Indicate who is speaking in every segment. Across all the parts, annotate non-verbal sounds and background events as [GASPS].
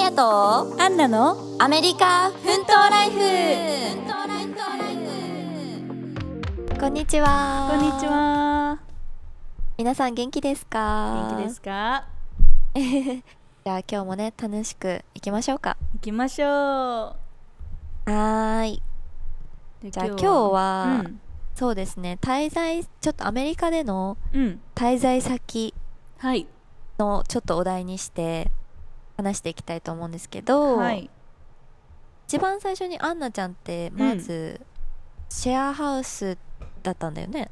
Speaker 1: やと
Speaker 2: アンナの
Speaker 1: アメリカ奮闘ライフこんにちは
Speaker 2: こんにちは
Speaker 1: 皆さん元気ですか
Speaker 2: 元気ですか
Speaker 1: じゃあ今日もね楽しくいきましょうか
Speaker 2: 行きましょ
Speaker 1: はーいうじゃあ今日
Speaker 2: う
Speaker 1: は、
Speaker 2: ん
Speaker 1: そうですね滞在ちょっとアメリカでの
Speaker 2: うん
Speaker 1: 滞在先
Speaker 2: はい
Speaker 1: のちょっとお題にして話していきたいと思うんですけど、
Speaker 2: はい
Speaker 1: 一番最初にアンナちゃんってまず、シェアハウスだったんだよね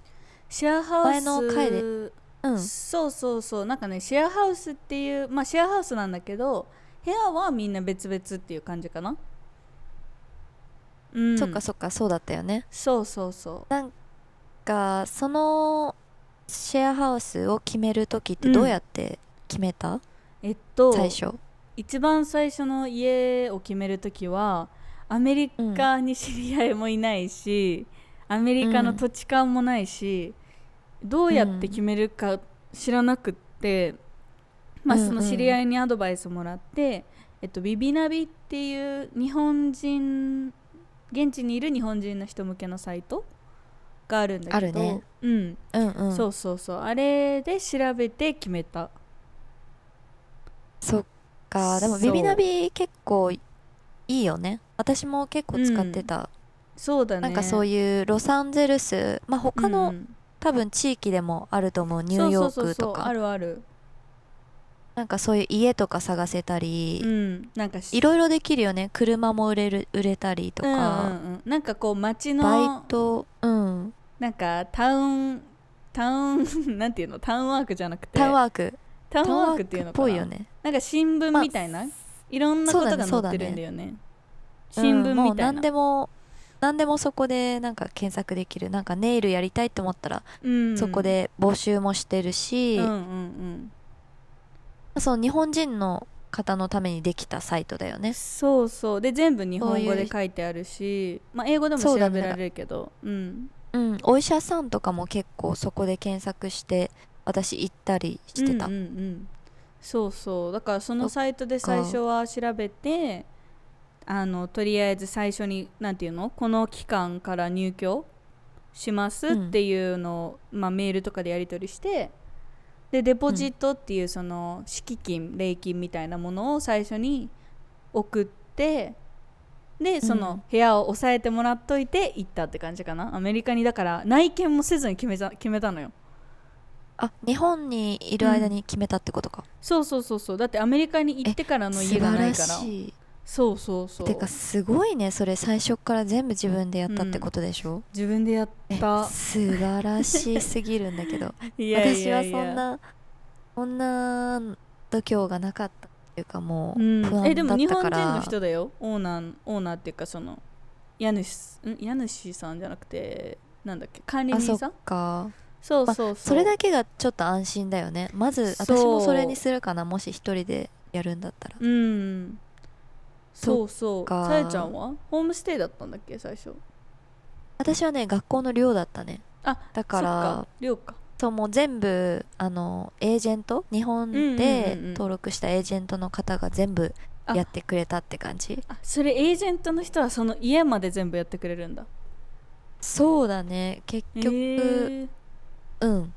Speaker 2: シェアハウス
Speaker 1: 前の回でうん
Speaker 2: そうそうそうなんかねシェアハウスっていうまあシェアハウスなんだけど部屋はみんな別々っていう感じかなうん
Speaker 1: そっかそっかそうだったよね
Speaker 2: そうそうそ
Speaker 1: がそのシェアハウスを決める時ってどうやって決めた、
Speaker 2: うえっと
Speaker 1: 最初
Speaker 2: 一番最初の家を決めるときはアメリカに知り合いもいないし、アメリカの土地勘もないし、どうやって決めるか知らなくって、まあ、
Speaker 1: うんうん
Speaker 2: その知り合いにアドバイスもらって、えっと、ビビナビっていう日本人現地にいる日本人の人向けのサイトがあるんだけ
Speaker 1: あ
Speaker 2: ど
Speaker 1: るね
Speaker 2: うん
Speaker 1: うんうん
Speaker 2: そうそうそうあれで調べて決めた
Speaker 1: そっかでも
Speaker 2: そ
Speaker 1: ビ
Speaker 2: う
Speaker 1: ビナビ結構いいよね私も結構使ってた、
Speaker 2: そうだね
Speaker 1: なんかそういうロサンゼルスまあ他の、
Speaker 2: うん
Speaker 1: 多分地域でもあると思うニューヨーク
Speaker 2: そうそうそ
Speaker 1: と
Speaker 2: うそうあ
Speaker 1: か
Speaker 2: るある
Speaker 1: なんかそういう家とか探せたり、
Speaker 2: うんなんかし
Speaker 1: いろいろできるよね車も売れる売れたりと
Speaker 2: うん
Speaker 1: か、
Speaker 2: うんうん、なんかこう街
Speaker 1: バイ
Speaker 2: の
Speaker 1: トうん
Speaker 2: なんかタウンタウン [LAUGHS] なんていうのタウンワークじゃなくて
Speaker 1: タウンワーク
Speaker 2: タウンワークっていうの
Speaker 1: っ
Speaker 2: か
Speaker 1: ぽ
Speaker 2: ない
Speaker 1: よね
Speaker 2: なんか新聞みたいな、いろんなことが
Speaker 1: そ
Speaker 2: 載
Speaker 1: うだ
Speaker 2: っ
Speaker 1: ね
Speaker 2: てるんだよね新
Speaker 1: う
Speaker 2: 聞
Speaker 1: んもう
Speaker 2: みたい
Speaker 1: 何
Speaker 2: な、
Speaker 1: でも何でもそこでなんか検索できるなんかネイルやりたいって思ったら、
Speaker 2: うん
Speaker 1: そこで募集もしてるし、
Speaker 2: うんうんうん
Speaker 1: その日本人の方のためにできたサイトだよね
Speaker 2: そうそうで全部日本語
Speaker 1: そうい
Speaker 2: で
Speaker 1: う
Speaker 2: 書いてあるしまあ英語でも
Speaker 1: そ
Speaker 2: 調
Speaker 1: うだね
Speaker 2: べられるけどうん
Speaker 1: うんお医者さんとかも結構そこで検索して私行ったりしてた、
Speaker 2: うんうんうんそうそうだからそのサイトで最初は調べてあのとりあえず最初になんていうのこの期間から入居します
Speaker 1: うん
Speaker 2: っていうのを、まあ、メールとかでやり取りしてでデポジットっていうその敷金礼金みたいなものを最初に送ってでそうの
Speaker 1: ん
Speaker 2: 部屋を押さえてもらっといて行ったって感じかなアメリカにだから内見もせずに決めた決めたのよ
Speaker 1: あ日本にいる間に決めたってことか、
Speaker 2: そうそうそうそうだってアメリカに行ってからの
Speaker 1: 素晴
Speaker 2: 家がない
Speaker 1: ら
Speaker 2: から
Speaker 1: しい
Speaker 2: そうそうそう
Speaker 1: てかすごいねそれ最初から全部自分でやったってことでしょ、
Speaker 2: 自分でやっ
Speaker 1: え
Speaker 2: た
Speaker 1: 素晴らしすぎるんだけど
Speaker 2: いやい
Speaker 1: 私は
Speaker 2: や
Speaker 1: そ
Speaker 2: いや
Speaker 1: んなそんな度胸がなかったっていうかもう
Speaker 2: う
Speaker 1: 不
Speaker 2: ん、え
Speaker 1: 安
Speaker 2: で
Speaker 1: だ
Speaker 2: も
Speaker 1: っ
Speaker 2: 日
Speaker 1: たか
Speaker 2: 本人の
Speaker 1: ら、
Speaker 2: 人だよオーナーオーナーっていうかその家主ん家主さんじゃなくてなんだっけ管理
Speaker 1: あそ
Speaker 2: 人
Speaker 1: っ
Speaker 2: さん
Speaker 1: か
Speaker 2: そう
Speaker 1: ま
Speaker 2: そう
Speaker 1: あ
Speaker 2: そ
Speaker 1: そ
Speaker 2: う、
Speaker 1: れだけがちょっと安心だよねまず
Speaker 2: そう
Speaker 1: 私もそれにするかなもし一人でやるんだったら
Speaker 2: うんそうそう
Speaker 1: か
Speaker 2: さやちゃんはホームステイだったんだっけ最初
Speaker 1: 私はね学校の寮だったね
Speaker 2: あ
Speaker 1: だか
Speaker 2: そっ
Speaker 1: ら
Speaker 2: か寮か
Speaker 1: そうもう全部あのエージェント日本
Speaker 2: う
Speaker 1: で
Speaker 2: んうんうんうん
Speaker 1: 登録したエージェントの方が全部
Speaker 2: あ
Speaker 1: やってくれたって感じ
Speaker 2: あそれエージェントの人はその家まで全部やってくれるんだ
Speaker 1: そうだね結
Speaker 2: へ
Speaker 1: 局、
Speaker 2: ー
Speaker 1: うん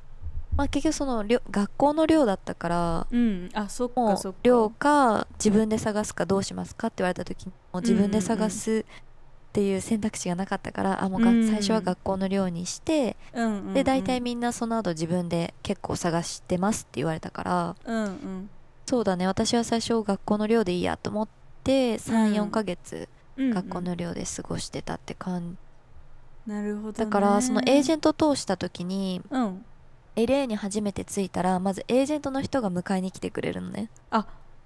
Speaker 1: まあ結局その寮学校の寮だったから
Speaker 2: うんあそっ
Speaker 1: も
Speaker 2: かそ
Speaker 1: う
Speaker 2: っか
Speaker 1: 寮か自分で探すかどうしますかって言われた時にもう自分で探すっていう選択肢がなかったから、あもうが
Speaker 2: うんうん
Speaker 1: 最初は学校の寮にして、
Speaker 2: うんうんうん、
Speaker 1: で大体みんなその後自分で結構探してますって言われたから
Speaker 2: うんうん
Speaker 1: そうだね私は最初学校の寮でいいやと思って
Speaker 2: うん
Speaker 1: 34ヶ月
Speaker 2: うんうん
Speaker 1: 学校の寮で過ごしてたって感じ、
Speaker 2: なるほど、ね、
Speaker 1: だからそのエージ
Speaker 2: ェン
Speaker 1: ェント通した時に
Speaker 2: トうん
Speaker 1: LA に初めて着いたらまずエージェントの人が迎えに来てくれるのね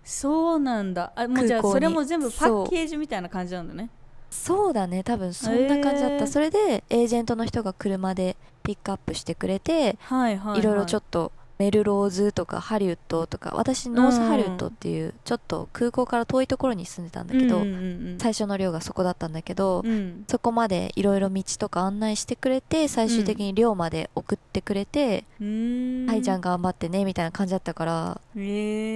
Speaker 2: そうなんだあもうじゃ
Speaker 1: 空
Speaker 2: あ
Speaker 1: 港に
Speaker 2: それも全部パッケージみたいな感じなんだね
Speaker 1: そうだね多分そんな感じだった、
Speaker 2: へー
Speaker 1: それでエージェントの人が車でピックアップしてくれて、
Speaker 2: はいはい、はい
Speaker 1: ろいろちょ
Speaker 2: と
Speaker 1: っとメルローズとかハリウッドとか私ノースハリウッドっていうちょっと空港から遠いところに住んでたんだけど、
Speaker 2: うんうんうん
Speaker 1: 最初の寮がそこだったんだけど、
Speaker 2: うん、うん
Speaker 1: そこまでいろいろ道とか案内してくれて最終的に寮まで送ってくれて、
Speaker 2: うーん
Speaker 1: はいじゃん頑張ってねみたいな感じだったから、
Speaker 2: へ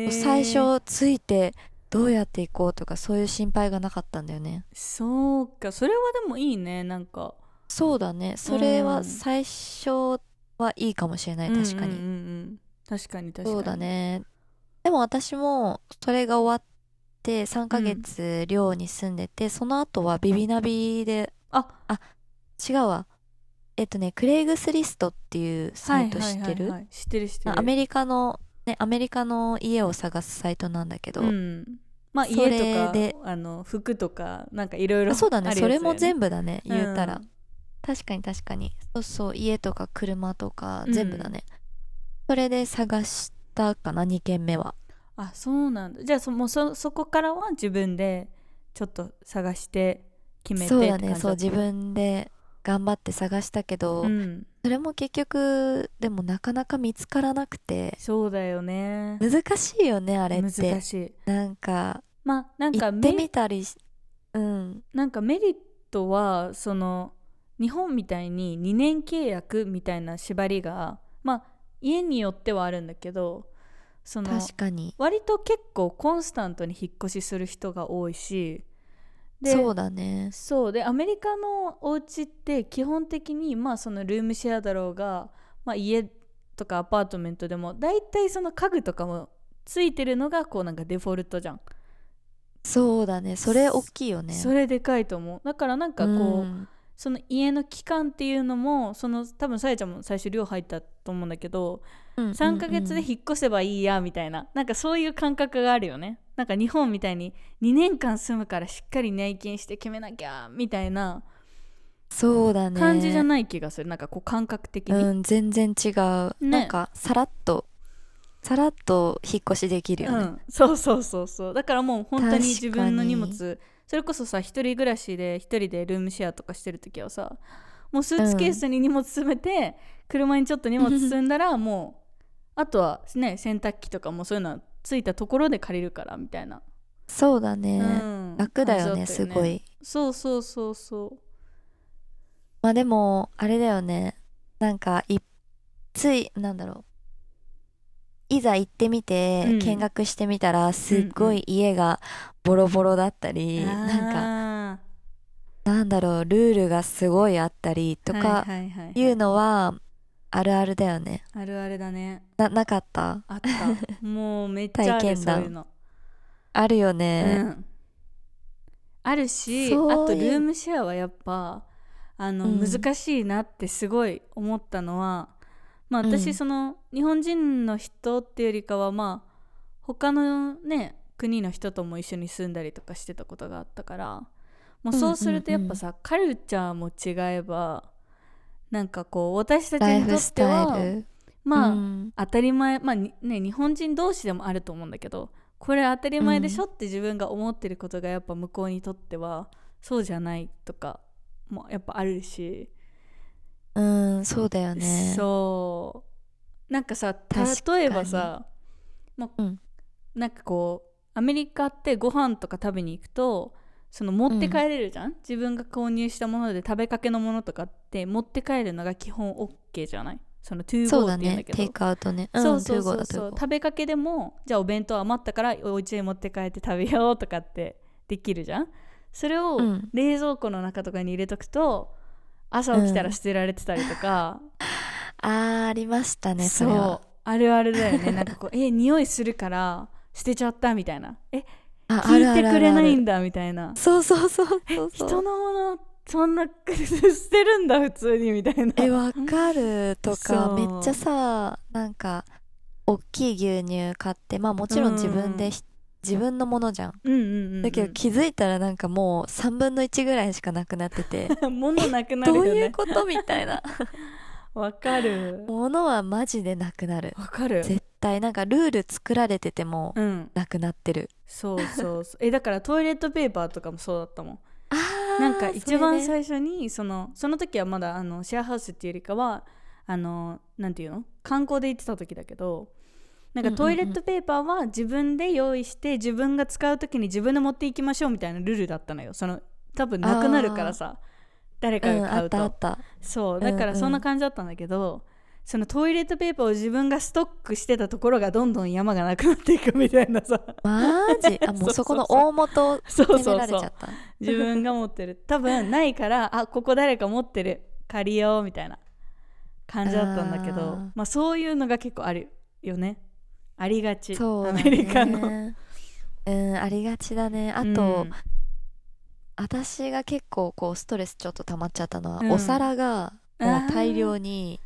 Speaker 2: ー
Speaker 1: 最初着いてどうやって行こうとかそういう心配がなかったんだよね
Speaker 2: そうかそれはでもいいねなんか
Speaker 1: そうだねそれは最初はいいかもしれない確かに、
Speaker 2: うんうんうんうん確かに確かに
Speaker 1: そうだねでも私もそれが終わって3ヶ月寮に住んでて、その後はビビナビで
Speaker 2: あ
Speaker 1: 違うわえっとねクレイグスリストっていうサイト知ってる、
Speaker 2: はいはいはいはい知ってる知ってる
Speaker 1: アメリカのねアメリカの家を探すサイトなんだけど、
Speaker 2: うん、まあ
Speaker 1: それ
Speaker 2: 家とか
Speaker 1: で
Speaker 2: あの服とかなんかいろいろ
Speaker 1: あそうだねそれも全
Speaker 2: 部
Speaker 1: 部だね言ったら、確かに確かにそうそう家とか車とか全部だね、それで探したかな2軒目は
Speaker 2: あそうなんだじゃあそもうそそこからは自分でちょっと探して決めて
Speaker 1: そう
Speaker 2: って
Speaker 1: だ
Speaker 2: 感じ
Speaker 1: ねそう自分で頑張って探したけど、
Speaker 2: うん
Speaker 1: それも結局でもなかなか見つからなくて
Speaker 2: そうだよね
Speaker 1: 難しいよねあれっ
Speaker 2: 難
Speaker 1: て
Speaker 2: しい
Speaker 1: なんか
Speaker 2: まあなん
Speaker 1: 行
Speaker 2: か
Speaker 1: って
Speaker 2: メ
Speaker 1: みたりしうん
Speaker 2: なんかメリットはその日本みたいに2年契約みたいな縛りがまあ家によってはあるんだけどその
Speaker 1: 確かに
Speaker 2: 割と結構コンスタントに引っ越しする人が多いしで
Speaker 1: そうだね
Speaker 2: そうでアメリカのお家って基本的にまあそのルームシェアだろうが、まあ、家とかアパートメントでも大体その家具とかもついてるのがこうなんかデフォルトじゃん、
Speaker 1: そうだねそれ大きいよね
Speaker 2: それでかいと思うだからなんかこう、
Speaker 1: うん
Speaker 2: その家の期間っていうのもその多分さやちゃんも最初寮入ったと思うんだけど
Speaker 1: うんうん
Speaker 2: 3ヶ月で引っ越せばいいやみたいななんかそういう感覚があるよねなんか日本みたいに2年間住むからしっかり内見して決めなきゃみたいな
Speaker 1: そうだね
Speaker 2: 感じじゃない気がするなんかこう感覚的に、
Speaker 1: うん全然違う、
Speaker 2: ね
Speaker 1: なんかさらっとさらっと引っ越しできるよ
Speaker 2: う
Speaker 1: ね、
Speaker 2: ん、そうそうそうそうだからもう本当に自分の荷
Speaker 1: 確
Speaker 2: 物それこそさ一人暮らしで一人でルームシェアとかしてる時はさもうスーツケースに荷物詰めて、車にちょっと荷物積んだ [LAUGHS] らもうあとはね洗濯機とかもそういうのはついたところで借りるからみたいな、
Speaker 1: そうだね、
Speaker 2: うん
Speaker 1: 楽だよね
Speaker 2: 感じ
Speaker 1: す
Speaker 2: った
Speaker 1: ごい
Speaker 2: そうそうそうそう
Speaker 1: まあでもあれだよねなんかいついなんだろういざ行ってみて、
Speaker 2: うん
Speaker 1: 見学してみたらすっごい家がボロボロだったり、なんか
Speaker 2: なんか
Speaker 1: なんだろうルールがすごいあったりとか
Speaker 2: はいはいはいはい
Speaker 1: いうのはあるあるだよね
Speaker 2: あるあるだね
Speaker 1: ななかった
Speaker 2: あった [LAUGHS] もうめっちゃ
Speaker 1: 体
Speaker 2: ある
Speaker 1: 験
Speaker 2: そ
Speaker 1: 談
Speaker 2: ういうの
Speaker 1: あるよね、
Speaker 2: うん、あるしあ
Speaker 1: そういう
Speaker 2: とルームシェアはやっぱあの、
Speaker 1: うん
Speaker 2: 難しいなってすごい思ったのは、まあ、
Speaker 1: う
Speaker 2: 私
Speaker 1: ん
Speaker 2: その、日本人の人っていうよりかはまあ他のね国の人とも一緒に住んだりとかしてたことがあったからもうそうするとやっぱさ、カルチャーも違えばなんかこう私たち
Speaker 1: ライ
Speaker 2: にと
Speaker 1: フ
Speaker 2: っ
Speaker 1: ス
Speaker 2: ては
Speaker 1: タイル
Speaker 2: まあ、
Speaker 1: うん
Speaker 2: 当たり前まあにね日本人同士でもあると思うんだけどこれ当たり前でしょって自分が思ってることがやっぱ向こうにとってはそうじゃないとかもやっぱあるし、
Speaker 1: うん、そうだよね。
Speaker 2: そうなんかさ
Speaker 1: 確かに
Speaker 2: 例えばさまあ
Speaker 1: うん
Speaker 2: なんかこうアメリカってご飯とか食べに行くとその持って帰れるじゃん、自分が購入したもので食べかけのものとかって持って帰るのが基本 OK じゃないその2
Speaker 1: そう
Speaker 2: o
Speaker 1: だ
Speaker 2: って言うんだ
Speaker 1: ね。
Speaker 2: けど
Speaker 1: テイクアウトね。うん、
Speaker 2: そうそう
Speaker 1: トゥーゴー
Speaker 2: そ
Speaker 1: だ
Speaker 2: うそう
Speaker 1: トゥーゴー
Speaker 2: 食べかけでもじゃあお弁当余ったからお家に持って帰って食べようとかってできるじゃんそれを
Speaker 1: うん
Speaker 2: 冷蔵庫の中とかに入れとくと朝起きたら捨てられてたりとか、
Speaker 1: あー、ありましたね、それ
Speaker 2: そう
Speaker 1: は。
Speaker 2: あるあるだよ
Speaker 1: [LAUGHS]
Speaker 2: ねなんかこうえ匂いするから捨てちゃったみたいなえ
Speaker 1: あある
Speaker 2: 聞い
Speaker 1: あ
Speaker 2: て
Speaker 1: るあ
Speaker 2: く
Speaker 1: る
Speaker 2: れ
Speaker 1: あ
Speaker 2: ない
Speaker 1: る
Speaker 2: んだみたいな
Speaker 1: そうそうそうそうそう。
Speaker 2: 人のものそんな [LAUGHS] 捨てるんだ普通にみたいな
Speaker 1: え、わかるとか、
Speaker 2: そう
Speaker 1: めっちゃさ、なんか、大きい牛乳買って、まあもちろん自分でひ、自分のものじゃん。
Speaker 2: うんうんうん
Speaker 1: だけど気づいたらなんかもう3分の1ぐらいしかなくなってて、
Speaker 2: うん [LAUGHS] 物な [LAUGHS] くなる
Speaker 1: ど
Speaker 2: よ
Speaker 1: うい
Speaker 2: ね
Speaker 1: うことみたいな。
Speaker 2: わかる
Speaker 1: ものはマジでなくなる。
Speaker 2: わかる
Speaker 1: 絶対、なんかルール作られてても、
Speaker 2: うん
Speaker 1: なくなってる。
Speaker 2: そうそうそうえだからトイレットペーパーとかもそうだったもん
Speaker 1: あー
Speaker 2: なんか一番
Speaker 1: それね
Speaker 2: 最初にそのその時はまだあのシェアハウスっていうよりかはあのなんていうの観光で行ってた時だけどなんか
Speaker 1: うんうん
Speaker 2: ト
Speaker 1: うん
Speaker 2: イレットペーパーは自分で用意して自分が使う時に自分で持っていきましょうみたいなルールだったのよその多分なくなるからさ誰か
Speaker 1: うん
Speaker 2: が買うと、
Speaker 1: あったあった
Speaker 2: そうだか
Speaker 1: うんう
Speaker 2: ら
Speaker 1: ん
Speaker 2: そんな感じだったんだけど、そのトイレットペーパーを自分がストックしてたところがどんどん山がなくなっていくみたいなさ
Speaker 1: マジ
Speaker 2: [LAUGHS]
Speaker 1: あもうそこの大元を
Speaker 2: そう
Speaker 1: 攻
Speaker 2: そ
Speaker 1: め
Speaker 2: う
Speaker 1: られ
Speaker 2: そ
Speaker 1: ちゃ
Speaker 2: う
Speaker 1: った
Speaker 2: 自分が持ってる多分な
Speaker 1: [LAUGHS]
Speaker 2: いからあここ誰か持ってる借りようみたいな感じだったんだけ
Speaker 1: あ
Speaker 2: ど
Speaker 1: ー
Speaker 2: まあそういうのが結構あるよねありがち、
Speaker 1: そう
Speaker 2: ア
Speaker 1: だ
Speaker 2: メ
Speaker 1: ね
Speaker 2: リカの
Speaker 1: うんありがちだねあと、私が結構こうストレスちょっと溜まっちゃったのは、
Speaker 2: うん
Speaker 1: お皿がもう大量に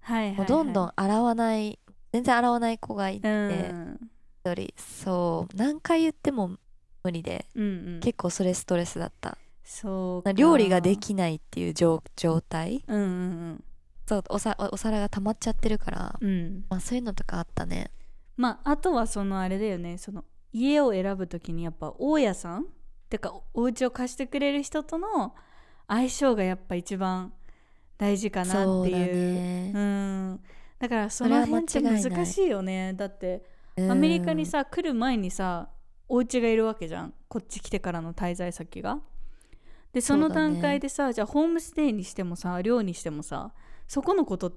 Speaker 2: はいはい
Speaker 1: も
Speaker 2: は
Speaker 1: う
Speaker 2: い、
Speaker 1: どんどん洗わない全然洗わない子がいて
Speaker 2: うん
Speaker 1: 一人そう何回言っても無理で
Speaker 2: うんうん、
Speaker 1: 結構それストレスだった
Speaker 2: そうか
Speaker 1: 料理ができないっていう状状態
Speaker 2: うんうん
Speaker 1: そうおさおお皿が溜まっちゃってるから、
Speaker 2: うんうん
Speaker 1: まあ、そういうのとかあったね
Speaker 2: まああとはそのあれだよねその家を選ぶときにやっぱ大家さんてかおお家を貸してくれる人との相性がやっぱ一番大事かな
Speaker 1: そ
Speaker 2: って
Speaker 1: うだ
Speaker 2: いう
Speaker 1: ね
Speaker 2: うんだからそ
Speaker 1: それ
Speaker 2: の
Speaker 1: は間違
Speaker 2: 辺って
Speaker 1: いない
Speaker 2: 難しいよねだって
Speaker 1: うん
Speaker 2: アメリカにさ来る前にさお家がいるわけじゃんこっち来てからの滞在先がでその
Speaker 1: そうだね
Speaker 2: 段階でさ、じゃあホームステイにしてもさ寮にしてもさそこのことっ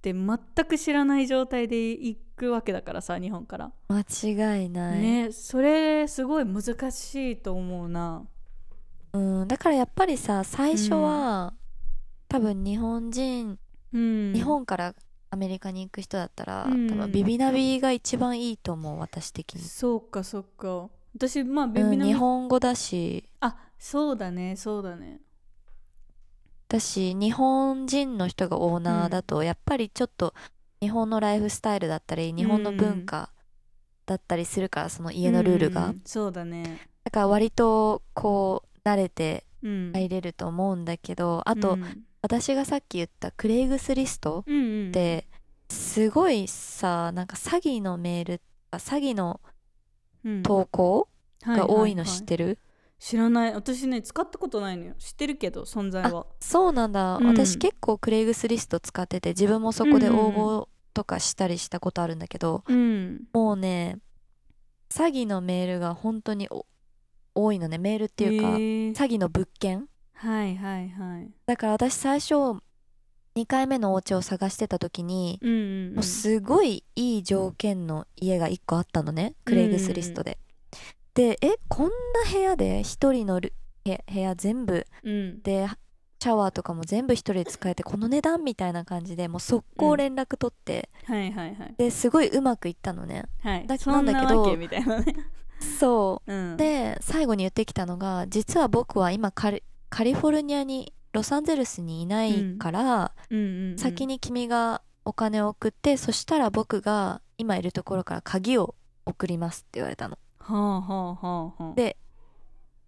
Speaker 2: て全く知らない状態で行くわけだからさ日本から、
Speaker 1: 間違いない、
Speaker 2: ねそれすごい難しいと思うな
Speaker 1: うん、だからやっぱりさ最初は、多分日本人
Speaker 2: うん
Speaker 1: 日本からアメリカに行く人だったら、
Speaker 2: うん
Speaker 1: 多分ビビナビが一番いいと思う私的に、
Speaker 2: そうかそうか私まあビ
Speaker 1: う
Speaker 2: ビ
Speaker 1: ん、
Speaker 2: ナ
Speaker 1: 日本語だし
Speaker 2: あそうだねそうだね
Speaker 1: だし日本人の人がオーナーだとやっぱりちょっと日本のライフスタイルだったり日本の文化だったりするからその家のルール
Speaker 2: うん
Speaker 1: が
Speaker 2: うんそうだね
Speaker 1: だから割とこう慣れて
Speaker 2: うん
Speaker 1: 入れると思うんだけどあと
Speaker 2: うん
Speaker 1: 私がさっき言ったクレイグスリスト
Speaker 2: うんうん、
Speaker 1: ってすごいさなんか詐欺のメール詐欺の
Speaker 2: うん
Speaker 1: 投稿
Speaker 2: はい
Speaker 1: が多いの
Speaker 2: はは
Speaker 1: 知ってる
Speaker 2: 知らない私ね使ったことないのよ知ってるけど存在は
Speaker 1: そうなんだ
Speaker 2: うん
Speaker 1: 私結構クレイグスリスト使ってて自分もそこで
Speaker 2: うんうんう
Speaker 1: 応
Speaker 2: ん
Speaker 1: 募とかしたりしたことあるんだけど
Speaker 2: うん
Speaker 1: もうね、詐欺のメールが本当にお多いのね、メールっていうか、
Speaker 2: へえ
Speaker 1: 詐欺の物件。
Speaker 2: はいはいはい
Speaker 1: だから私最初、2回目のお家を探してた時に、
Speaker 2: うんうんうん
Speaker 1: もうすごいいい条件の家が1個あったのね、クレイグスリストで。で、え、こんな部屋で1人のルへ部屋全部
Speaker 2: うん
Speaker 1: で、シャワーとかも全部1人で使えて、この値段みたいな感じで、もう速攻連絡取って、
Speaker 2: はいはいはい
Speaker 1: ですごいうまくいったのね。
Speaker 2: はい
Speaker 1: だ
Speaker 2: そん
Speaker 1: な
Speaker 2: なん
Speaker 1: だけど
Speaker 2: わけみたいなね
Speaker 1: そう。
Speaker 2: うん
Speaker 1: で最後に言ってきたのが実は僕は今カリカリフォルニアにロサンゼルスにいないから、
Speaker 2: うんうんうん
Speaker 1: 先に君がお金を送ってそしたら僕が今いるところから鍵を送りますって言われたの。
Speaker 2: はあはあはあはあ
Speaker 1: で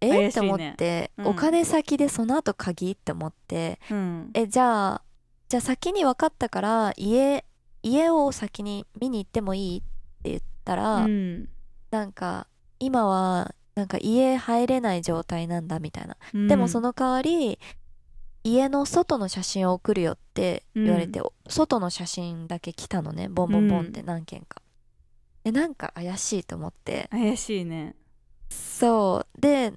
Speaker 1: え
Speaker 2: 怪しいね
Speaker 1: って思って、
Speaker 2: うん
Speaker 1: お金先でその後鍵って思って
Speaker 2: うん
Speaker 1: えじゃあじゃあ先に分かったから家家を先に見に行ってもいいって言ったら、
Speaker 2: うん
Speaker 1: なんか今はなんか家入れない状態なんだみたいな。でもそ
Speaker 2: の
Speaker 1: の代わり家の外の写真を送るよって言われて、外の写真だけ来たのねボンボンボンって何件か、でなんか怪しいと思って
Speaker 2: 怪しいね
Speaker 1: そうで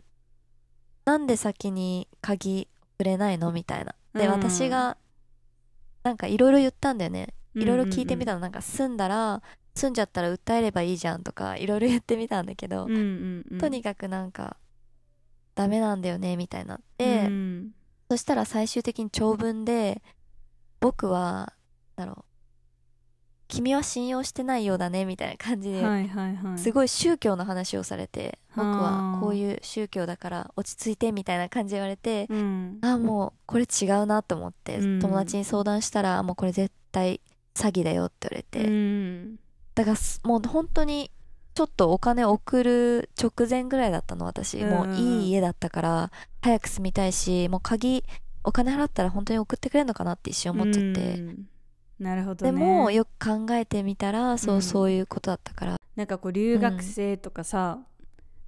Speaker 1: なんで先に鍵くれないのみたいなで、
Speaker 2: うん
Speaker 1: 私がなんかいろいろ言ったんだよねいろいろ聞いてみた
Speaker 2: の
Speaker 1: の、なんか住んだら住んじゃったら訴えればいいじゃんとかいろいろ言ってみたんだけど、
Speaker 2: うんうんうん
Speaker 1: とにかくなんかダメなんだよねみたいになって、
Speaker 2: うん
Speaker 1: そしたら最終的に長文で、僕は、なんだろう、君は信用してないようだね、みたいな感じで、
Speaker 2: はいはいはい
Speaker 1: すごい宗教の話をされて、僕
Speaker 2: あ
Speaker 1: は
Speaker 2: ー
Speaker 1: こういう宗教だから落ち着いて、みたいな感じで言われて、
Speaker 2: うん
Speaker 1: あ、もうこれ違うなと思って、
Speaker 2: うん
Speaker 1: 友達に相談したら、もうこれ絶対詐欺だよって言われて、
Speaker 2: うん
Speaker 1: だからすもう本当に、ちょっとお金送る直前ぐらいだったの私、
Speaker 2: うん
Speaker 1: もういい家だったから早く住みたいしもう鍵お金払ったら本当に送ってくれるのかなって一瞬思っちゃって、
Speaker 2: うんなるほど
Speaker 1: で
Speaker 2: ね
Speaker 1: もよく考えてみたらそう、
Speaker 2: うん
Speaker 1: そういうことだったから
Speaker 2: なんかこう留学生とかさ、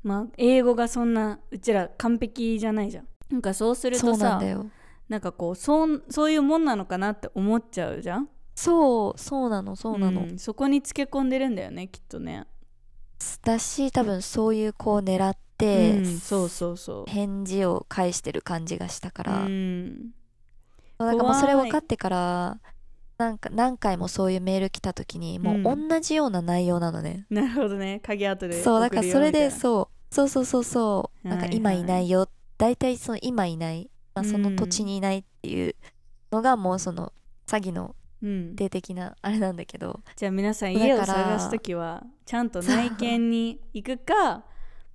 Speaker 2: まあ英語がそんなうちら完璧じゃないじゃんなんかそうする
Speaker 1: そ
Speaker 2: と
Speaker 1: うな
Speaker 2: さ
Speaker 1: んだよ
Speaker 2: なんかこうそんそういうもんなのかなって思っちゃうじゃん
Speaker 1: そうそうなのそうなの、
Speaker 2: んそこにつけ込んでるんだよねきっとね
Speaker 1: だし多分そういう子を狙って、
Speaker 2: うん、そうそうそう
Speaker 1: 返事を返してる感じがしたから、
Speaker 2: うん
Speaker 1: だからもうそれ分かってからなんか何回もそういうメール来た時にもう同じような内容なのね、
Speaker 2: なるほどね鍵後で
Speaker 1: そうだからそれで
Speaker 2: う
Speaker 1: そうそうそうそうそうなんか今
Speaker 2: はいはい
Speaker 1: いないよ大体その今いない、まあ、その土地にいないっていうのがもうその詐欺の
Speaker 2: うん、
Speaker 1: 定的なあれなんだけど
Speaker 2: じゃあ皆さん
Speaker 1: だから
Speaker 2: 家を探す時はちゃんと内見に行く
Speaker 1: [LAUGHS]
Speaker 2: か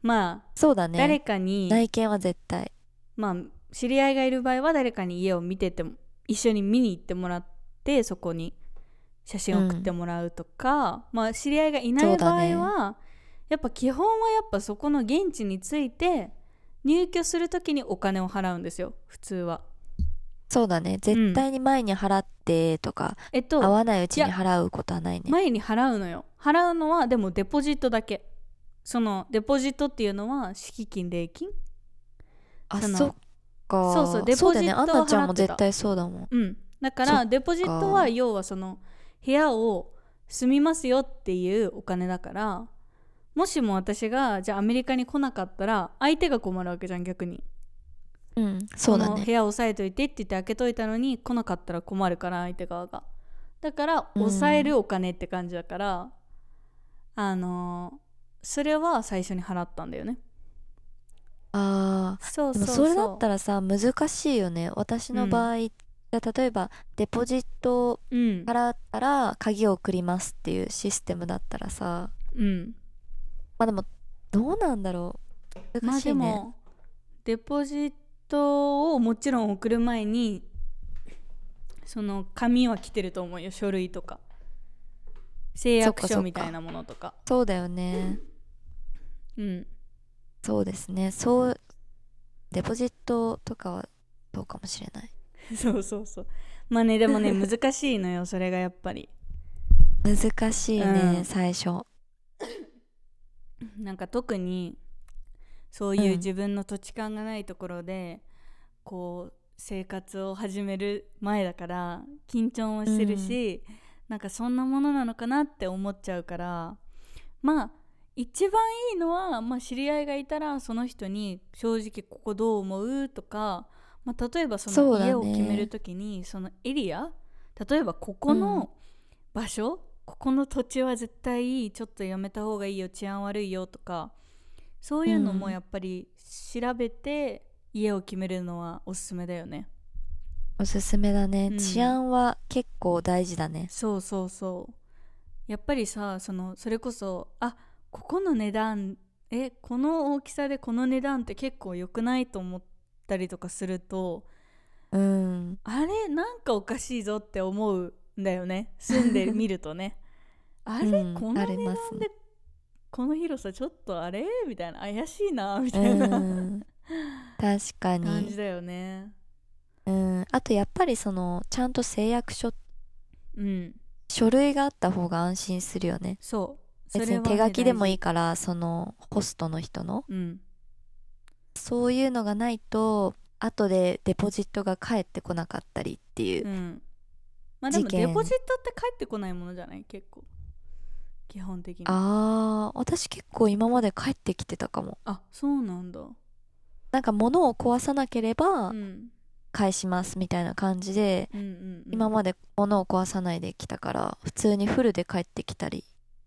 Speaker 2: まあ
Speaker 1: そうだね
Speaker 2: 誰かに、
Speaker 1: 内見は絶対
Speaker 2: まあ知り合いがいる場合は誰かに家を見てても一緒に見に行ってもらってそこに写真を送ってもらうとか、まあ知り合いがいな
Speaker 1: そ
Speaker 2: いう場合
Speaker 1: だ
Speaker 2: は、
Speaker 1: ね
Speaker 2: やっぱ基本はやっぱそこの現地について入居する時にお金を払うんですよ普通は。
Speaker 1: そうだね絶対に前に払ってとか、
Speaker 2: えっと
Speaker 1: 合わないうちに払うことはないね
Speaker 2: 前に払うのよ払うのはでもデポジットだけそのデポジットっていうのは敷金礼金
Speaker 1: あ
Speaker 2: その
Speaker 1: そっか
Speaker 2: そうそうデ
Speaker 1: そ
Speaker 2: ポ
Speaker 1: うだ
Speaker 2: ジ
Speaker 1: よね
Speaker 2: ット
Speaker 1: ア
Speaker 2: は
Speaker 1: ンナちゃん
Speaker 2: 払
Speaker 1: も
Speaker 2: ってた
Speaker 1: 絶対そうだもん
Speaker 2: うんだか
Speaker 1: そっ
Speaker 2: ら
Speaker 1: か
Speaker 2: デポジットは要はその部屋を住みますよっていうお金だからもしも私がじゃあアメリカに来なかったら相手が困るわけじゃん逆に
Speaker 1: うんそうだ
Speaker 2: この
Speaker 1: ね
Speaker 2: 部屋押さえといてって言って開けといたのに来なかったら困るから相手側がだから
Speaker 1: うん
Speaker 2: 押さえるお金って感じだから、あのーそれは最初に払ったんだよね
Speaker 1: あ
Speaker 2: そ
Speaker 1: あ
Speaker 2: う
Speaker 1: で
Speaker 2: そう
Speaker 1: も
Speaker 2: そう
Speaker 1: それだったらさ難しいよね私の場合、じゃあ例えばデポジット
Speaker 2: うん
Speaker 1: 払ったら鍵を送りますっていうシステムだったらさ
Speaker 2: うん
Speaker 1: まあでもどうなんだろう
Speaker 2: ま
Speaker 1: 難
Speaker 2: あ
Speaker 1: し
Speaker 2: で
Speaker 1: いね、
Speaker 2: もデポジットをもちろん送る前にその紙は来てると思うよ書類とか誓約
Speaker 1: そっかそっ
Speaker 2: 書
Speaker 1: か
Speaker 2: みたいなものとか
Speaker 1: そうだよね
Speaker 2: うん [LAUGHS]
Speaker 1: そうですねそうデポジットとかはどうかもしれない
Speaker 2: そうそうそうまあねでも
Speaker 1: [LAUGHS]
Speaker 2: ね難しいのよそれがやっぱり
Speaker 1: 難しいね、
Speaker 2: うん
Speaker 1: 最初
Speaker 2: なんか特にそういううん自分の土地勘がないところで、こう生活を始める前だから緊張もしてるし、なんかそんなものなのかなって思っちゃうからまあ一番いいのは、まあ、知り合いがいたらその人に正直ここどう思うとか、まあ、例えばそ
Speaker 1: そ
Speaker 2: の
Speaker 1: うだね
Speaker 2: 家を決める時にそのエリア例えばここの場所、ここの土地は絶対ちょっとやめた方がいいよ治安悪いよとかそういうのも
Speaker 1: うん
Speaker 2: やっぱり調べて家を決めるのはおすすめだよね、
Speaker 1: おすすめだね、
Speaker 2: うん
Speaker 1: 治安は結構大事だね
Speaker 2: そうそうそうやっぱりさそのそれこそあここの値段えこの大きさでこの値段って結構良くないと思ったりとかすると
Speaker 1: うん
Speaker 2: あれなんかおかしいぞって思うんだよね住んでみる
Speaker 1: [LAUGHS]
Speaker 2: とねあれ、
Speaker 1: うん
Speaker 2: この
Speaker 1: あ
Speaker 2: 値
Speaker 1: り
Speaker 2: 段
Speaker 1: ますね
Speaker 2: でこの広さちょっとあれみたいな怪しいなみ
Speaker 1: う
Speaker 2: たいな、
Speaker 1: ん確か
Speaker 2: 感じ
Speaker 1: に
Speaker 2: だよね
Speaker 1: うんあとやっぱりそのちゃんと誓約書
Speaker 2: うん
Speaker 1: 書類があった方が安心するよね
Speaker 2: そう
Speaker 1: 別に手書きでもい
Speaker 2: い、
Speaker 1: いからそのホストの人の
Speaker 2: うん、
Speaker 1: そういうのがないと後でデポジットが返ってこなかったりっていうう、
Speaker 2: ん、まあでも
Speaker 1: 事件
Speaker 2: デポジットって返ってこないものじゃない結構基本的にあ
Speaker 1: あー私結構今まで返ってきてたかも
Speaker 2: そうなんだ
Speaker 1: なんか物を壊さなければ
Speaker 2: うんうん
Speaker 1: 返しますみたいな感じで、
Speaker 2: うんうん
Speaker 1: 今まで物を壊さないで来たから普通にフルで帰ってきたり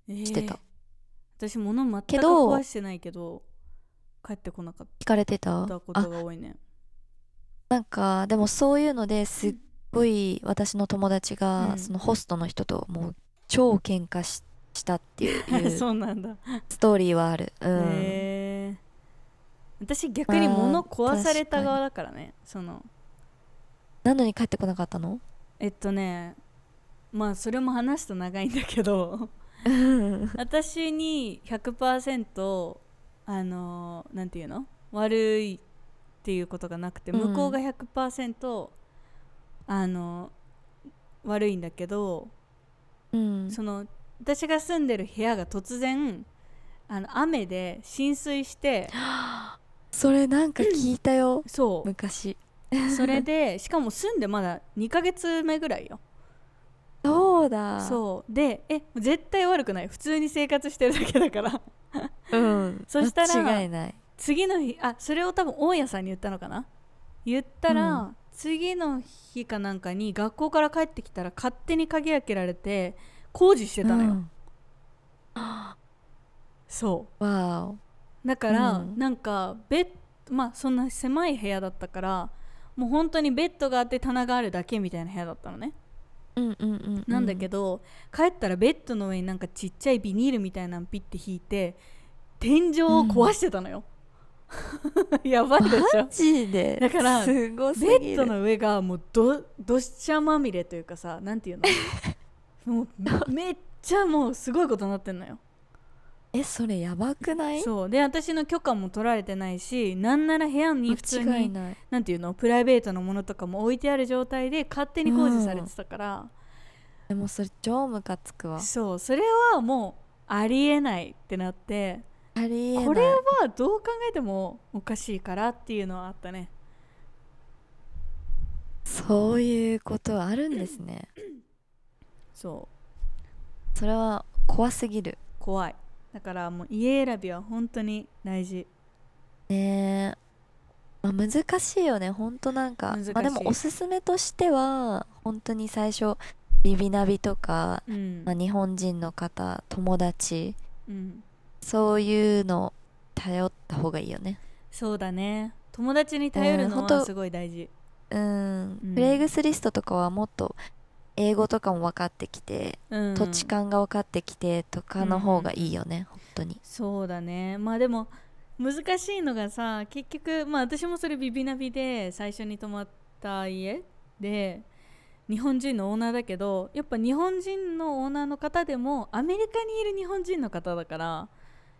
Speaker 1: してた
Speaker 2: えー私物全
Speaker 1: け
Speaker 2: く
Speaker 1: ど
Speaker 2: 壊してないけど帰ってこなかっ
Speaker 1: 聞かれてた
Speaker 2: たこ
Speaker 1: あ
Speaker 2: とが多いね
Speaker 1: なんかでもそういうのですっごい私の友達が、
Speaker 2: うん
Speaker 1: そのホストの人ともう超喧嘩ししたっていう [LAUGHS]
Speaker 2: [LAUGHS] そうなんだ
Speaker 1: ストーリーはある、うん
Speaker 2: へえ私逆に物壊された側だからねその
Speaker 1: なのに帰ってこなかったの
Speaker 2: [LAUGHS] えっとねまあそれも話すと長いんだけど [LAUGHS] 私に100%あのなんていうの悪いっていうことがなくて
Speaker 1: うん
Speaker 2: 向こうが100%、あの悪いんだけど
Speaker 1: うん
Speaker 2: その私が住んでる部屋が突然あの雨で浸水
Speaker 1: [GASPS]
Speaker 2: して
Speaker 1: それなんか聞いたよ
Speaker 2: そう
Speaker 1: 昔 [LAUGHS]
Speaker 2: それでしかも住んでまだ2ヶ月目ぐらいよ
Speaker 1: そうだ
Speaker 2: そうでえ絶対悪くない普通に生活してるだけだから
Speaker 1: う、ん、
Speaker 2: そしたら
Speaker 1: 間違いない
Speaker 2: 次の日あそれを多分大家さんに言ったのかな言ったら、
Speaker 1: う
Speaker 2: 次の日かなんかに学校から帰ってきたら勝手に鍵開けられて工事してたのよ、
Speaker 1: うん
Speaker 2: そ
Speaker 1: わお
Speaker 2: うだから、
Speaker 1: うん
Speaker 2: なんかベッまあそんな狭い部屋だったからもう本当にベッドがあって棚があるだけみたいな部屋だったのね、
Speaker 1: うんうんうん
Speaker 2: なんだけ
Speaker 1: ど
Speaker 2: ど帰ったらベッドの上になんかちっちゃいビニールみたいなのピッて引いて天井を壊してたのよ、 [LAUGHS] やばいでしょ
Speaker 1: マジで
Speaker 2: [LAUGHS] だから
Speaker 1: すごすぎ
Speaker 2: ベ
Speaker 1: る
Speaker 2: ッドの上がもうどどしちゃまみれというかさなんていう
Speaker 1: [LAUGHS]
Speaker 2: のもうめっちゃもうすごいことになってんのよ
Speaker 1: えそれやばくない
Speaker 2: そうで私の許可も取られてないしなんなら部屋に普通
Speaker 1: 間違い
Speaker 2: に
Speaker 1: ない
Speaker 2: なんていうのプライベートのものとかも置いてある状態で勝手に工事されてたから、
Speaker 1: でもそれ超ムカつくわ
Speaker 2: そうそれはもうありえないってなって
Speaker 1: ありえない
Speaker 2: これはどう考えてもおかしいからっていうのはあったね
Speaker 1: そういうことはあるんですね
Speaker 2: そう
Speaker 1: それは怖すぎる
Speaker 2: 怖いだからもう家選びは本当に大事
Speaker 1: ねえ、まあ、難しいよねほんとなんか
Speaker 2: 難しい
Speaker 1: まあでもおすすめとしては本当に最初リビナビとか、
Speaker 2: うん
Speaker 1: まあ、日本人の方友達
Speaker 2: うん
Speaker 1: そういうの頼った方がいいよね
Speaker 2: そうだね友達に頼るの
Speaker 1: うん本
Speaker 2: は
Speaker 1: 当
Speaker 2: すごい大事、
Speaker 1: うん
Speaker 2: うん
Speaker 1: プレイグスリストとかはもっと英語とかも分かってきて
Speaker 2: うん、
Speaker 1: 土地勘が分かってきてとかの方がいいよね、本当に
Speaker 2: そうだねまあでも難しいのがさ結局まあ私もそれビビナビで最初に泊まった家で日本人のオーナーだけどやっぱ日本人のオーナーの方でもアメリカにいる日本人の方だから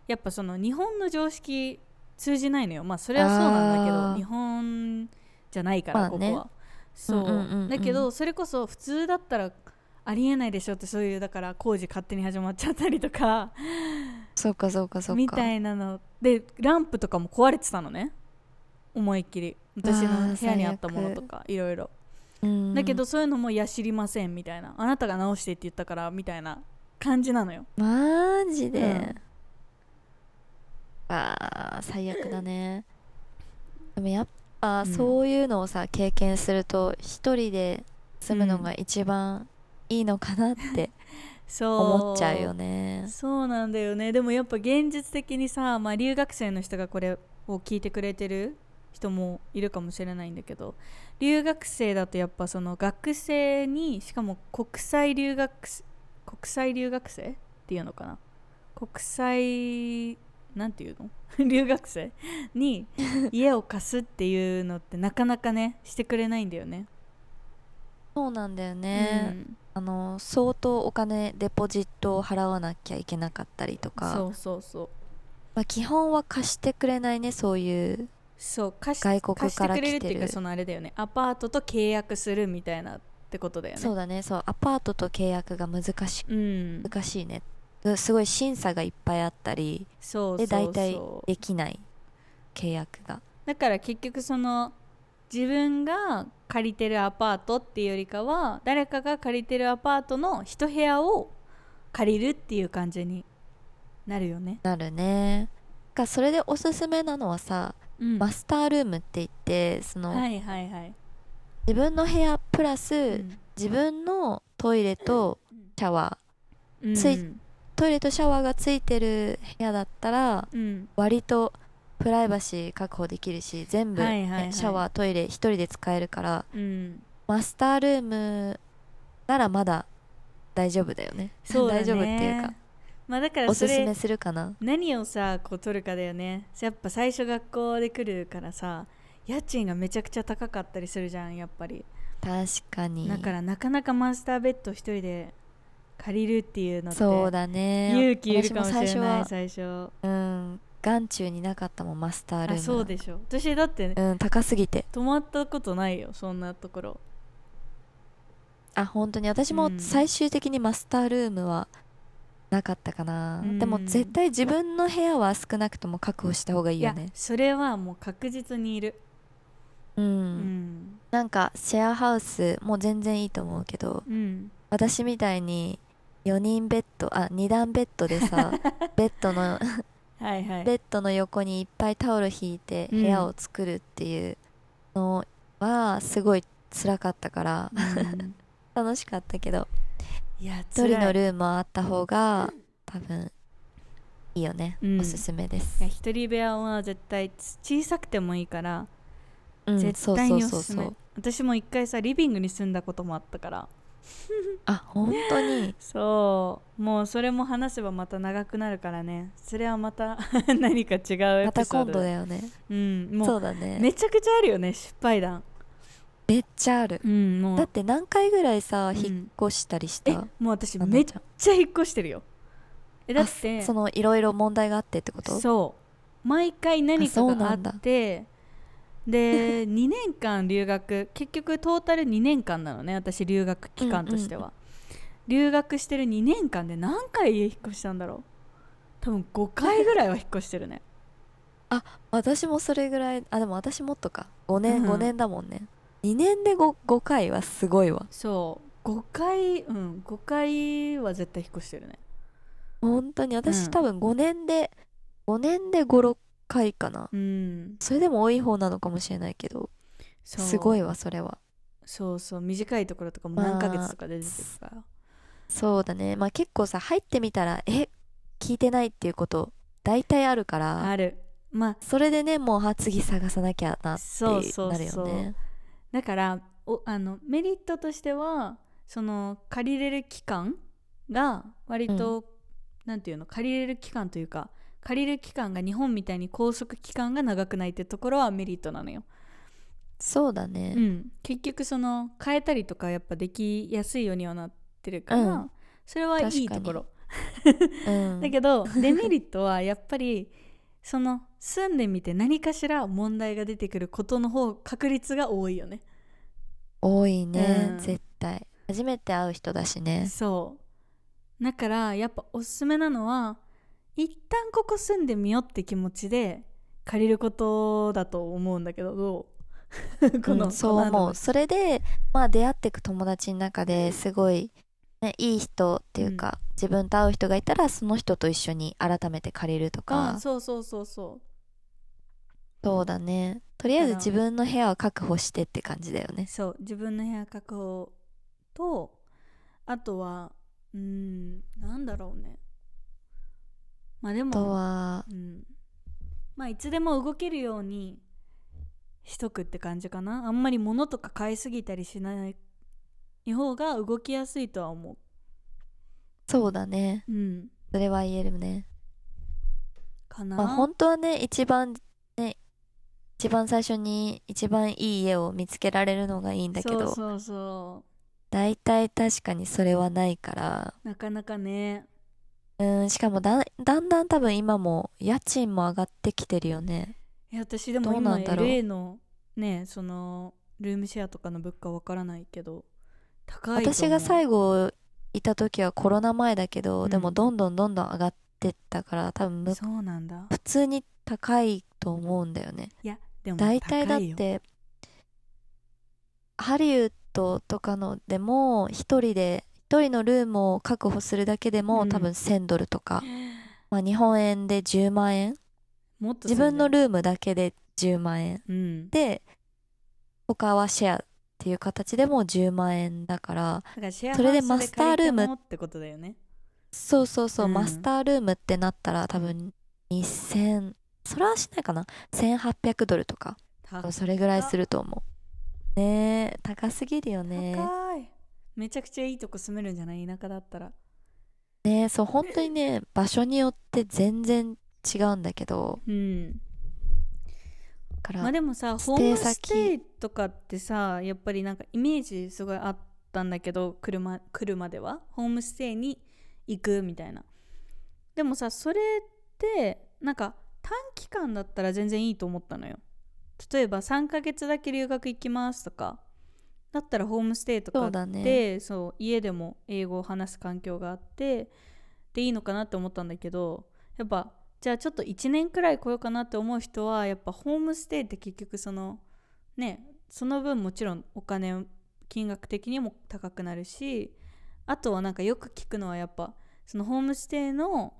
Speaker 2: やっぱその日本の常識通じないのよまあそれはそうなんだけ
Speaker 1: あ
Speaker 2: ど
Speaker 1: ー
Speaker 2: 日本じゃないから、
Speaker 1: まあ
Speaker 2: こ
Speaker 1: ね
Speaker 2: こはそう,、
Speaker 1: うんうんうんうん
Speaker 2: だけどそれこそ普通だったらありえないでしょってそういうだから工事勝手に始まっちゃったりとか
Speaker 1: そうかそうかそう
Speaker 2: み
Speaker 1: か
Speaker 2: たいなのでランプとかも壊れてたのね思いっきり私の部屋にあったものとかいろいろ
Speaker 1: うん
Speaker 2: だけどそういうのも「いや知りません」みたいな「あなたが直して」って言ったからみたいな感じなのよ
Speaker 1: マジで、
Speaker 2: うん
Speaker 1: あー最悪だねでもやっ
Speaker 2: う
Speaker 1: ぱ
Speaker 2: ん
Speaker 1: そういうのをさ、経験すると一人で住むのが一番いいのかな
Speaker 2: [LAUGHS]
Speaker 1: って
Speaker 2: そう
Speaker 1: 思っちゃうよね
Speaker 2: そうなんだよねでもやっぱ現実的にさ、まあ、留学生の人がこれを聞いてくれてる人もいるかもしれないんだけど留学生だとやっぱその学生にしかも国際留学生国際留学生っていうのかな国際なんていうの [LAUGHS] 留学生に家を貸すっていうのってなかなかねしてくれないんだよね。
Speaker 1: そうなんだよね、
Speaker 2: うん
Speaker 1: あの相当お金デポジットを払わなきゃいけなかったりと
Speaker 2: そ
Speaker 1: か、
Speaker 2: うそうそう
Speaker 1: まあ、基本は貸してくれないねそういう
Speaker 2: そう貸し
Speaker 1: 外国
Speaker 2: 貸して
Speaker 1: から
Speaker 2: くれる
Speaker 1: 来
Speaker 2: ってい
Speaker 1: て
Speaker 2: うか
Speaker 1: る
Speaker 2: そのあれだよねアパートと契約するみたいなってことだよね
Speaker 1: そうだねそうアパートと契約が難し
Speaker 2: うん
Speaker 1: 難しいねすすごい審査がいっぱいあったり
Speaker 2: そう
Speaker 1: で
Speaker 2: そうそう
Speaker 1: 大体できない契約が
Speaker 2: だから結局その自分が借りてるアパートっていうよりかは誰かが借りてるアパートの一部屋を借りるっていう感じになるよね、
Speaker 1: なるねがそれでおすすめなのはさ、
Speaker 2: うん
Speaker 1: マ
Speaker 2: は
Speaker 1: スタールームって言ってその、
Speaker 2: いはいはい、
Speaker 1: 自分の部屋プラス、
Speaker 2: うん
Speaker 1: 自分のトイレとシャワー
Speaker 2: うん
Speaker 1: ついトイレとシャワーがついてる部屋だったら
Speaker 2: うん
Speaker 1: 割とプライバシー確保できるし全部、
Speaker 2: はいはいはい
Speaker 1: ねシャワートイレ一人で使えるから
Speaker 2: うん
Speaker 1: マスタールームならまだ大丈夫だよね
Speaker 2: そうだね
Speaker 1: [LAUGHS] [LAUGHS] 大丈夫っていうか
Speaker 2: まあだから
Speaker 1: お
Speaker 2: そ
Speaker 1: すす
Speaker 2: れ
Speaker 1: めするかな
Speaker 2: 何をさこう取るかだよねやっぱ最初学校で来るからさ家賃がめちゃくちゃ高かったりするじゃんやっぱり
Speaker 1: 確かに
Speaker 2: だからなかなかマスターベッド一人で借りるっていうのって
Speaker 1: そうだね
Speaker 2: 勇気いるかもしれ
Speaker 1: 私
Speaker 2: な
Speaker 1: も
Speaker 2: い
Speaker 1: 最初は
Speaker 2: 最初
Speaker 1: うん眼中になかったもんマスタールー
Speaker 2: あ
Speaker 1: ム
Speaker 2: そうでしょ私だって、
Speaker 1: うん高すぎて
Speaker 2: 泊まったことないよそんなところ
Speaker 1: あ本当に私
Speaker 2: う
Speaker 1: も
Speaker 2: ん
Speaker 1: 最終的にマスタールームはなかったかな、
Speaker 2: うん
Speaker 1: でも絶対自分の部屋は少なくとも確保した方がいい
Speaker 2: い
Speaker 1: よ
Speaker 2: や
Speaker 1: ね
Speaker 2: それはもう確実にいる
Speaker 1: うん、
Speaker 2: うん
Speaker 1: なんかシェアハウスも全然いいと思うけど
Speaker 2: うん
Speaker 1: 私みたいに4人ベッドあ2段ベッドで
Speaker 2: [LAUGHS]
Speaker 1: さベッドの
Speaker 2: はいはい
Speaker 1: ベッドの横にいっぱいタオル引いて
Speaker 2: う
Speaker 1: 部
Speaker 2: ん
Speaker 1: 屋を作るっていうのはすごい辛かった [LAUGHS] から
Speaker 2: うん
Speaker 1: 楽しかったけど
Speaker 2: いや
Speaker 1: 一人
Speaker 2: 辛
Speaker 1: の
Speaker 2: い
Speaker 1: ルームはあった方が多分いいよね、
Speaker 2: うん
Speaker 1: おすすめで
Speaker 2: い
Speaker 1: す
Speaker 2: や一人部屋は絶対つ小さくてもいいから、
Speaker 1: うん
Speaker 2: 絶対におすす
Speaker 1: そうそうそう
Speaker 2: め
Speaker 1: そう
Speaker 2: 私も一回さリビングに住んだこともあったから
Speaker 1: あ本当
Speaker 2: [LAUGHS]
Speaker 1: に
Speaker 2: そうもうそれも話せばまた長くなるからねそれはまた [LAUGHS] 何か違うエピソード
Speaker 1: また今度だ
Speaker 2: で
Speaker 1: よね
Speaker 2: うんも
Speaker 1: そううだね
Speaker 2: めちゃくちゃあるよね失敗談
Speaker 1: めっちゃある
Speaker 2: うんも
Speaker 1: だっ
Speaker 2: う
Speaker 1: て何回ぐらいさ
Speaker 2: ん
Speaker 1: 引っ越したりし
Speaker 2: え
Speaker 1: た
Speaker 2: もう私
Speaker 1: あんな
Speaker 2: めっ
Speaker 1: ちゃん
Speaker 2: ちゃ引っ越してるよえだって
Speaker 1: あそのいろいろ問題があってってこと
Speaker 2: そう毎回何か
Speaker 1: あそう
Speaker 2: があ
Speaker 1: なんだ
Speaker 2: ってで [LAUGHS] 2年間留学結局トータル2年間なのね私留学期間としては、
Speaker 1: うん
Speaker 2: 留学してる2年間で何回家引っ越したんだろう多分5回ぐらいは引っ越してる
Speaker 1: [LAUGHS]
Speaker 2: ね
Speaker 1: 私もそれぐらいあでも私もっとか5年
Speaker 2: うん
Speaker 1: 5年だもんね2年で 5, 5回はすごいわ
Speaker 2: そう5回うん5回は絶対引っ越してるね
Speaker 1: 本当に
Speaker 2: う
Speaker 1: 私
Speaker 2: ん
Speaker 1: 多分5年で5年で56回かな
Speaker 2: うん
Speaker 1: それでも多い方なのかもしれないけど
Speaker 2: そう
Speaker 1: すごいわそれは
Speaker 2: そうそう短いところとかも何ヶ月とかで出てくから、
Speaker 1: そうだねまあ結構さ入ってみたらえ聞いてないっていうこと大体あるから
Speaker 2: あるまあ
Speaker 1: それでねもうあ次探さなきゃなって
Speaker 2: そうそうそう
Speaker 1: なるよね
Speaker 2: だからおあのメリットとしてはその借りれる期間が割と、なんていうの借りれる期間というか借りる期間が日本みたいに拘束期間が長くないってところはメリットなのよ、
Speaker 1: そうだ
Speaker 2: う
Speaker 1: ね
Speaker 2: ん、結局その変えたりとかやっぱできやすいようにはなってるから、
Speaker 1: うん
Speaker 2: それはいいところ
Speaker 1: うん
Speaker 2: だけどデメリットはやっぱりその住んでみて何かしら問題が出てくることの方確率が多いよね
Speaker 1: 多いね、
Speaker 2: うん
Speaker 1: 絶対初めて会う人だしね
Speaker 2: そうだからやっぱおすすめなのは一旦ここ住んでみようって気持ちで借りることだと思うんだけどどう [LAUGHS] この、
Speaker 1: うんそう
Speaker 2: この
Speaker 1: 思
Speaker 2: 後
Speaker 1: うそれで、まあ、出会ってく友達の中ですごい、ね、いい人っていうか、自分と会う人がいたらその人と一緒に改めて借りると
Speaker 2: あ
Speaker 1: かそ
Speaker 2: そうそうそうそう
Speaker 1: だねとりあえず自分の部屋は確保してって感じだよ
Speaker 2: う
Speaker 1: ね
Speaker 2: そう自分の部屋確保とあとはうんなんだろうねまあで
Speaker 1: あと
Speaker 2: も、
Speaker 1: は
Speaker 2: うん、まあいつでも動けるようにしとくって感じかなあんまり物とか買いすぎたりしない方が動きやすいとは思
Speaker 1: そうだね
Speaker 2: ううん
Speaker 1: それは言えるね
Speaker 2: かな、
Speaker 1: まあ本当はね一番ね一番最初に一番いい家を見つけられるのがいいんだけど
Speaker 2: そうそうそ
Speaker 1: 大体確かにそれはないから
Speaker 2: うなかなかね
Speaker 1: うん、しかもだ、だんだん多分今も家賃も上がってきてるよね。
Speaker 2: いや私で
Speaker 1: ど
Speaker 2: も
Speaker 1: う
Speaker 2: 今
Speaker 1: なんだろう
Speaker 2: LA のねそのルームシェアとかの物価わからないけど高いと思う
Speaker 1: 私が最後いた時はコロナ前だけど、
Speaker 2: うん
Speaker 1: でもどんどんどんどん上がってったから、多分む
Speaker 2: そうなんだ
Speaker 1: 普通に高いと思うんだよね。
Speaker 2: いやでも
Speaker 1: 大体だっ
Speaker 2: 高いよ
Speaker 1: て、ハリウッドとかのでも、一人で、一人のルームを確保するだけでも、
Speaker 2: うん
Speaker 1: 多分1000ドルとか、まあ日本円で10万円。
Speaker 2: もっと
Speaker 1: 自分の
Speaker 2: ル
Speaker 1: ルームだけで10万円。
Speaker 2: うんだ
Speaker 1: で他はシェアっていう形でも10万円だから
Speaker 2: からシェア
Speaker 1: それで
Speaker 2: ハウス
Speaker 1: マスタールーム
Speaker 2: 借りてもってことだよね
Speaker 1: そうそうそう、
Speaker 2: うん
Speaker 1: マスタールームってなったら多分2000それはしないかな1800ドルとか
Speaker 2: 高
Speaker 1: それぐらいすると思うねえ高すぎるよね
Speaker 2: 高いめちゃくちゃいいとこ住めるんじゃない田舎だったら
Speaker 1: ねえそう本当にね場所によって全然違うんだけど
Speaker 2: うん
Speaker 1: だから、
Speaker 2: まあでもさ
Speaker 1: ス
Speaker 2: ホ
Speaker 1: テ
Speaker 2: ー
Speaker 1: イ
Speaker 2: ム
Speaker 1: 先
Speaker 2: ステイとかってさやっぱりなんかイメージすごいあったんだけど車車ではホームステイに行くみたいなでもさそれってなんか短期間だったら全然いいと思ったのよ例えば3ヶ月だけ留学行きますとかだったらホームステイとか
Speaker 1: そ
Speaker 2: あ
Speaker 1: う
Speaker 2: っ
Speaker 1: だね
Speaker 2: てそう家でも英語を話す環境があってでいいのかなって思ったんだけどやっぱじゃあちょっと1年くらい来ようかなって思う人はやっぱホームステイって結局そのねその分もちろんお金金額的にも高くなるしあとはなんかよく聞くのはやっぱそのホームステイの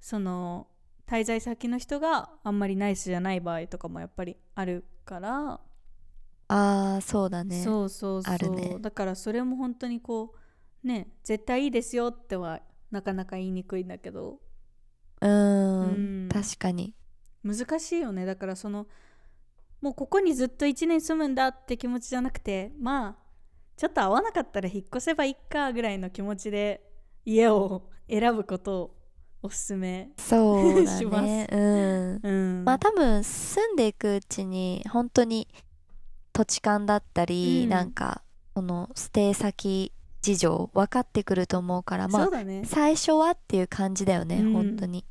Speaker 2: その滞在先の人があんまりナイスじゃない場合とかもやっぱりあるから
Speaker 1: ああそうだね
Speaker 2: そうそうそ
Speaker 1: ある
Speaker 2: う、
Speaker 1: ね
Speaker 2: だからそれも本当にこうね絶対いいですよってはなかなか言いにくいんだけど、
Speaker 1: う
Speaker 2: うんん
Speaker 1: 確かに
Speaker 2: 難しいよねだからそのもうここにずっと1年住むんだって気持ちじゃなくてまあちょっと合わなかったら引っ越せばいっかぐらいの気持ちで家を選ぶことをおすすめ
Speaker 1: そうだ
Speaker 2: [LAUGHS] します
Speaker 1: ねうん
Speaker 2: うん
Speaker 1: まあ多分住んでいくうちに本当に土地勘だったり、
Speaker 2: うん
Speaker 1: なんかそのステイ先事情分かってくると思うからま
Speaker 2: そ
Speaker 1: あ
Speaker 2: うだね
Speaker 1: 最初はっていう感じだよね、
Speaker 2: うん
Speaker 1: 本当に、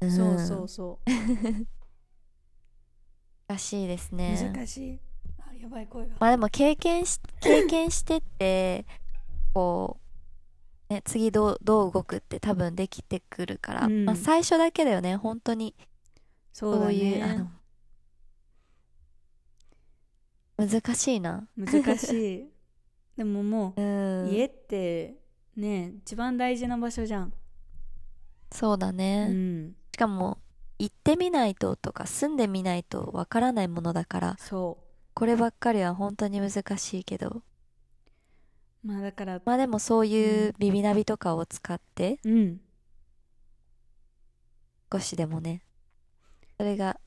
Speaker 1: うん、
Speaker 2: そうそうそう、
Speaker 1: 難しいですね
Speaker 2: 難しいあやばい声が
Speaker 1: まあでも経験し経験してってこう、ね、次どうどう動くって多分できてくるから、
Speaker 2: うん
Speaker 1: まあ、最初だけだよね本当に
Speaker 2: そ
Speaker 1: そう
Speaker 2: だ
Speaker 1: いうあ
Speaker 2: ね
Speaker 1: の難しいな
Speaker 2: 難し [LAUGHS] いでもも
Speaker 1: う
Speaker 2: うん家ってね一番大事な場所じゃん、
Speaker 1: そうだ
Speaker 2: う
Speaker 1: ね、
Speaker 2: ん、
Speaker 1: しかも行ってみないととか住んでみないとわからないものだから
Speaker 2: そ
Speaker 1: こればっかりは本当に難しいけど
Speaker 2: うまあだから
Speaker 1: まあでもそういううんビビナビとかを使って
Speaker 2: うん
Speaker 1: 少しでもねそれが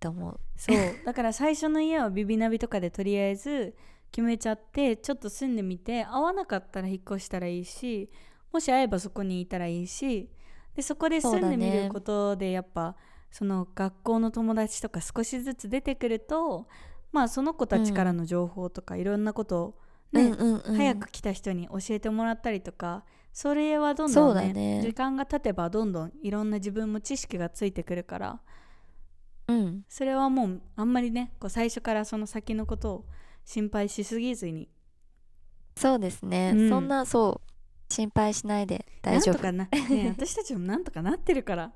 Speaker 1: と思う
Speaker 2: そう [LAUGHS] だから最初の家はビビナビとかでとりあえず決めちゃってちょっと住んでみて合わなかったら引っ越したらいいしもし会えばそこにいたらいいしでそこで住ん
Speaker 1: そうだ
Speaker 2: でみ
Speaker 1: ね
Speaker 2: ることでやっぱその学校の友達とか少しずつ出てくるとまあその子たちからの情報とかいろんなことをね、
Speaker 1: うんうんうん
Speaker 2: 早く来た人に教えてもらったりとかそれはどん
Speaker 1: そ
Speaker 2: ど
Speaker 1: うんだ
Speaker 2: ね
Speaker 1: ね
Speaker 2: 時間が経てばどんどんいろんな自分も知識がついてくるから
Speaker 1: うん
Speaker 2: それはもうあんまりねこう最初からその先のことを心配しすぎずに
Speaker 1: そうですね、
Speaker 2: うん
Speaker 1: そんなそう心配しないで大丈
Speaker 2: なんと
Speaker 1: 夫
Speaker 2: かな、
Speaker 1: [LAUGHS]
Speaker 2: ね、私たちもなんとかなってるから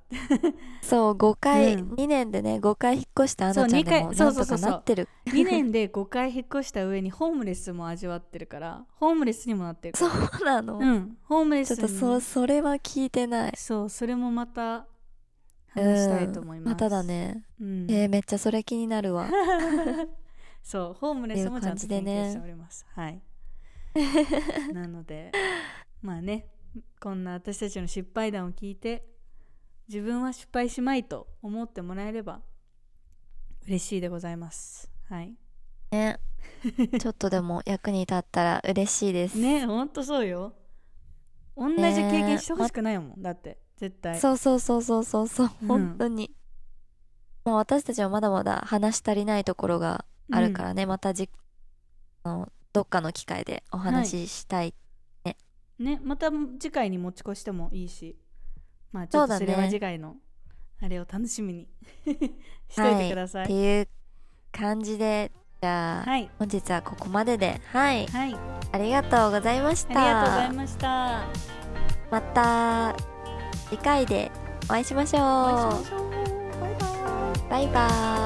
Speaker 1: そう5回、
Speaker 2: うん
Speaker 1: 2年でね5回引っ越したあのちゃんでも
Speaker 2: そ
Speaker 1: な
Speaker 2: うん二回そうそ
Speaker 1: と
Speaker 2: うそう
Speaker 1: か
Speaker 2: そう
Speaker 1: なってる
Speaker 2: 2年で5回引っ越した上にホームレスも味わってるからホームレスにもなってるか
Speaker 1: そうな
Speaker 2: ら
Speaker 1: の、
Speaker 2: うんホームレ
Speaker 1: ち
Speaker 2: ス
Speaker 1: ょっ
Speaker 2: に
Speaker 1: とそそれは聞いてない
Speaker 2: そうそれもまた話したいと思います、
Speaker 1: うんまただ、ね
Speaker 2: うん
Speaker 1: えーめっちゃそれ気になるわ
Speaker 2: そうホームレスもちゃんと研究しております、
Speaker 1: [LAUGHS]
Speaker 2: はいなのでまあねこんな私たちの失敗談を聞いて自分は失敗しまいと思ってもらえれば嬉しいでございますはい
Speaker 1: ねちょっとでも役に立ったら嬉しいです、
Speaker 2: ねほんとそうよ同じ経験してほしくないもん、だって絶対
Speaker 1: そうそうそうそうそうそう
Speaker 2: うん
Speaker 1: 本当に、まあ、私たちはまだまだ話し足りないところがあるからね、またじあのどっかの機会でお話ししたい、
Speaker 2: うんねまた次回に持ち越してもいいしまあちょ
Speaker 1: そ
Speaker 2: っと
Speaker 1: うだ
Speaker 2: そ
Speaker 1: ね
Speaker 2: れは次回のあれを楽しみに [LAUGHS] しといてくださ
Speaker 1: っ
Speaker 2: い
Speaker 1: ていう感じでじゃあ、
Speaker 2: はい。
Speaker 1: 本日はここまでではい
Speaker 2: はい。
Speaker 1: ありがとうございまし
Speaker 2: ありがとうござ
Speaker 1: た
Speaker 2: いました。
Speaker 1: また次回でお会いしまし
Speaker 2: お会い
Speaker 1: ょ
Speaker 2: しましょう。バイバイ。
Speaker 1: うバイバーイ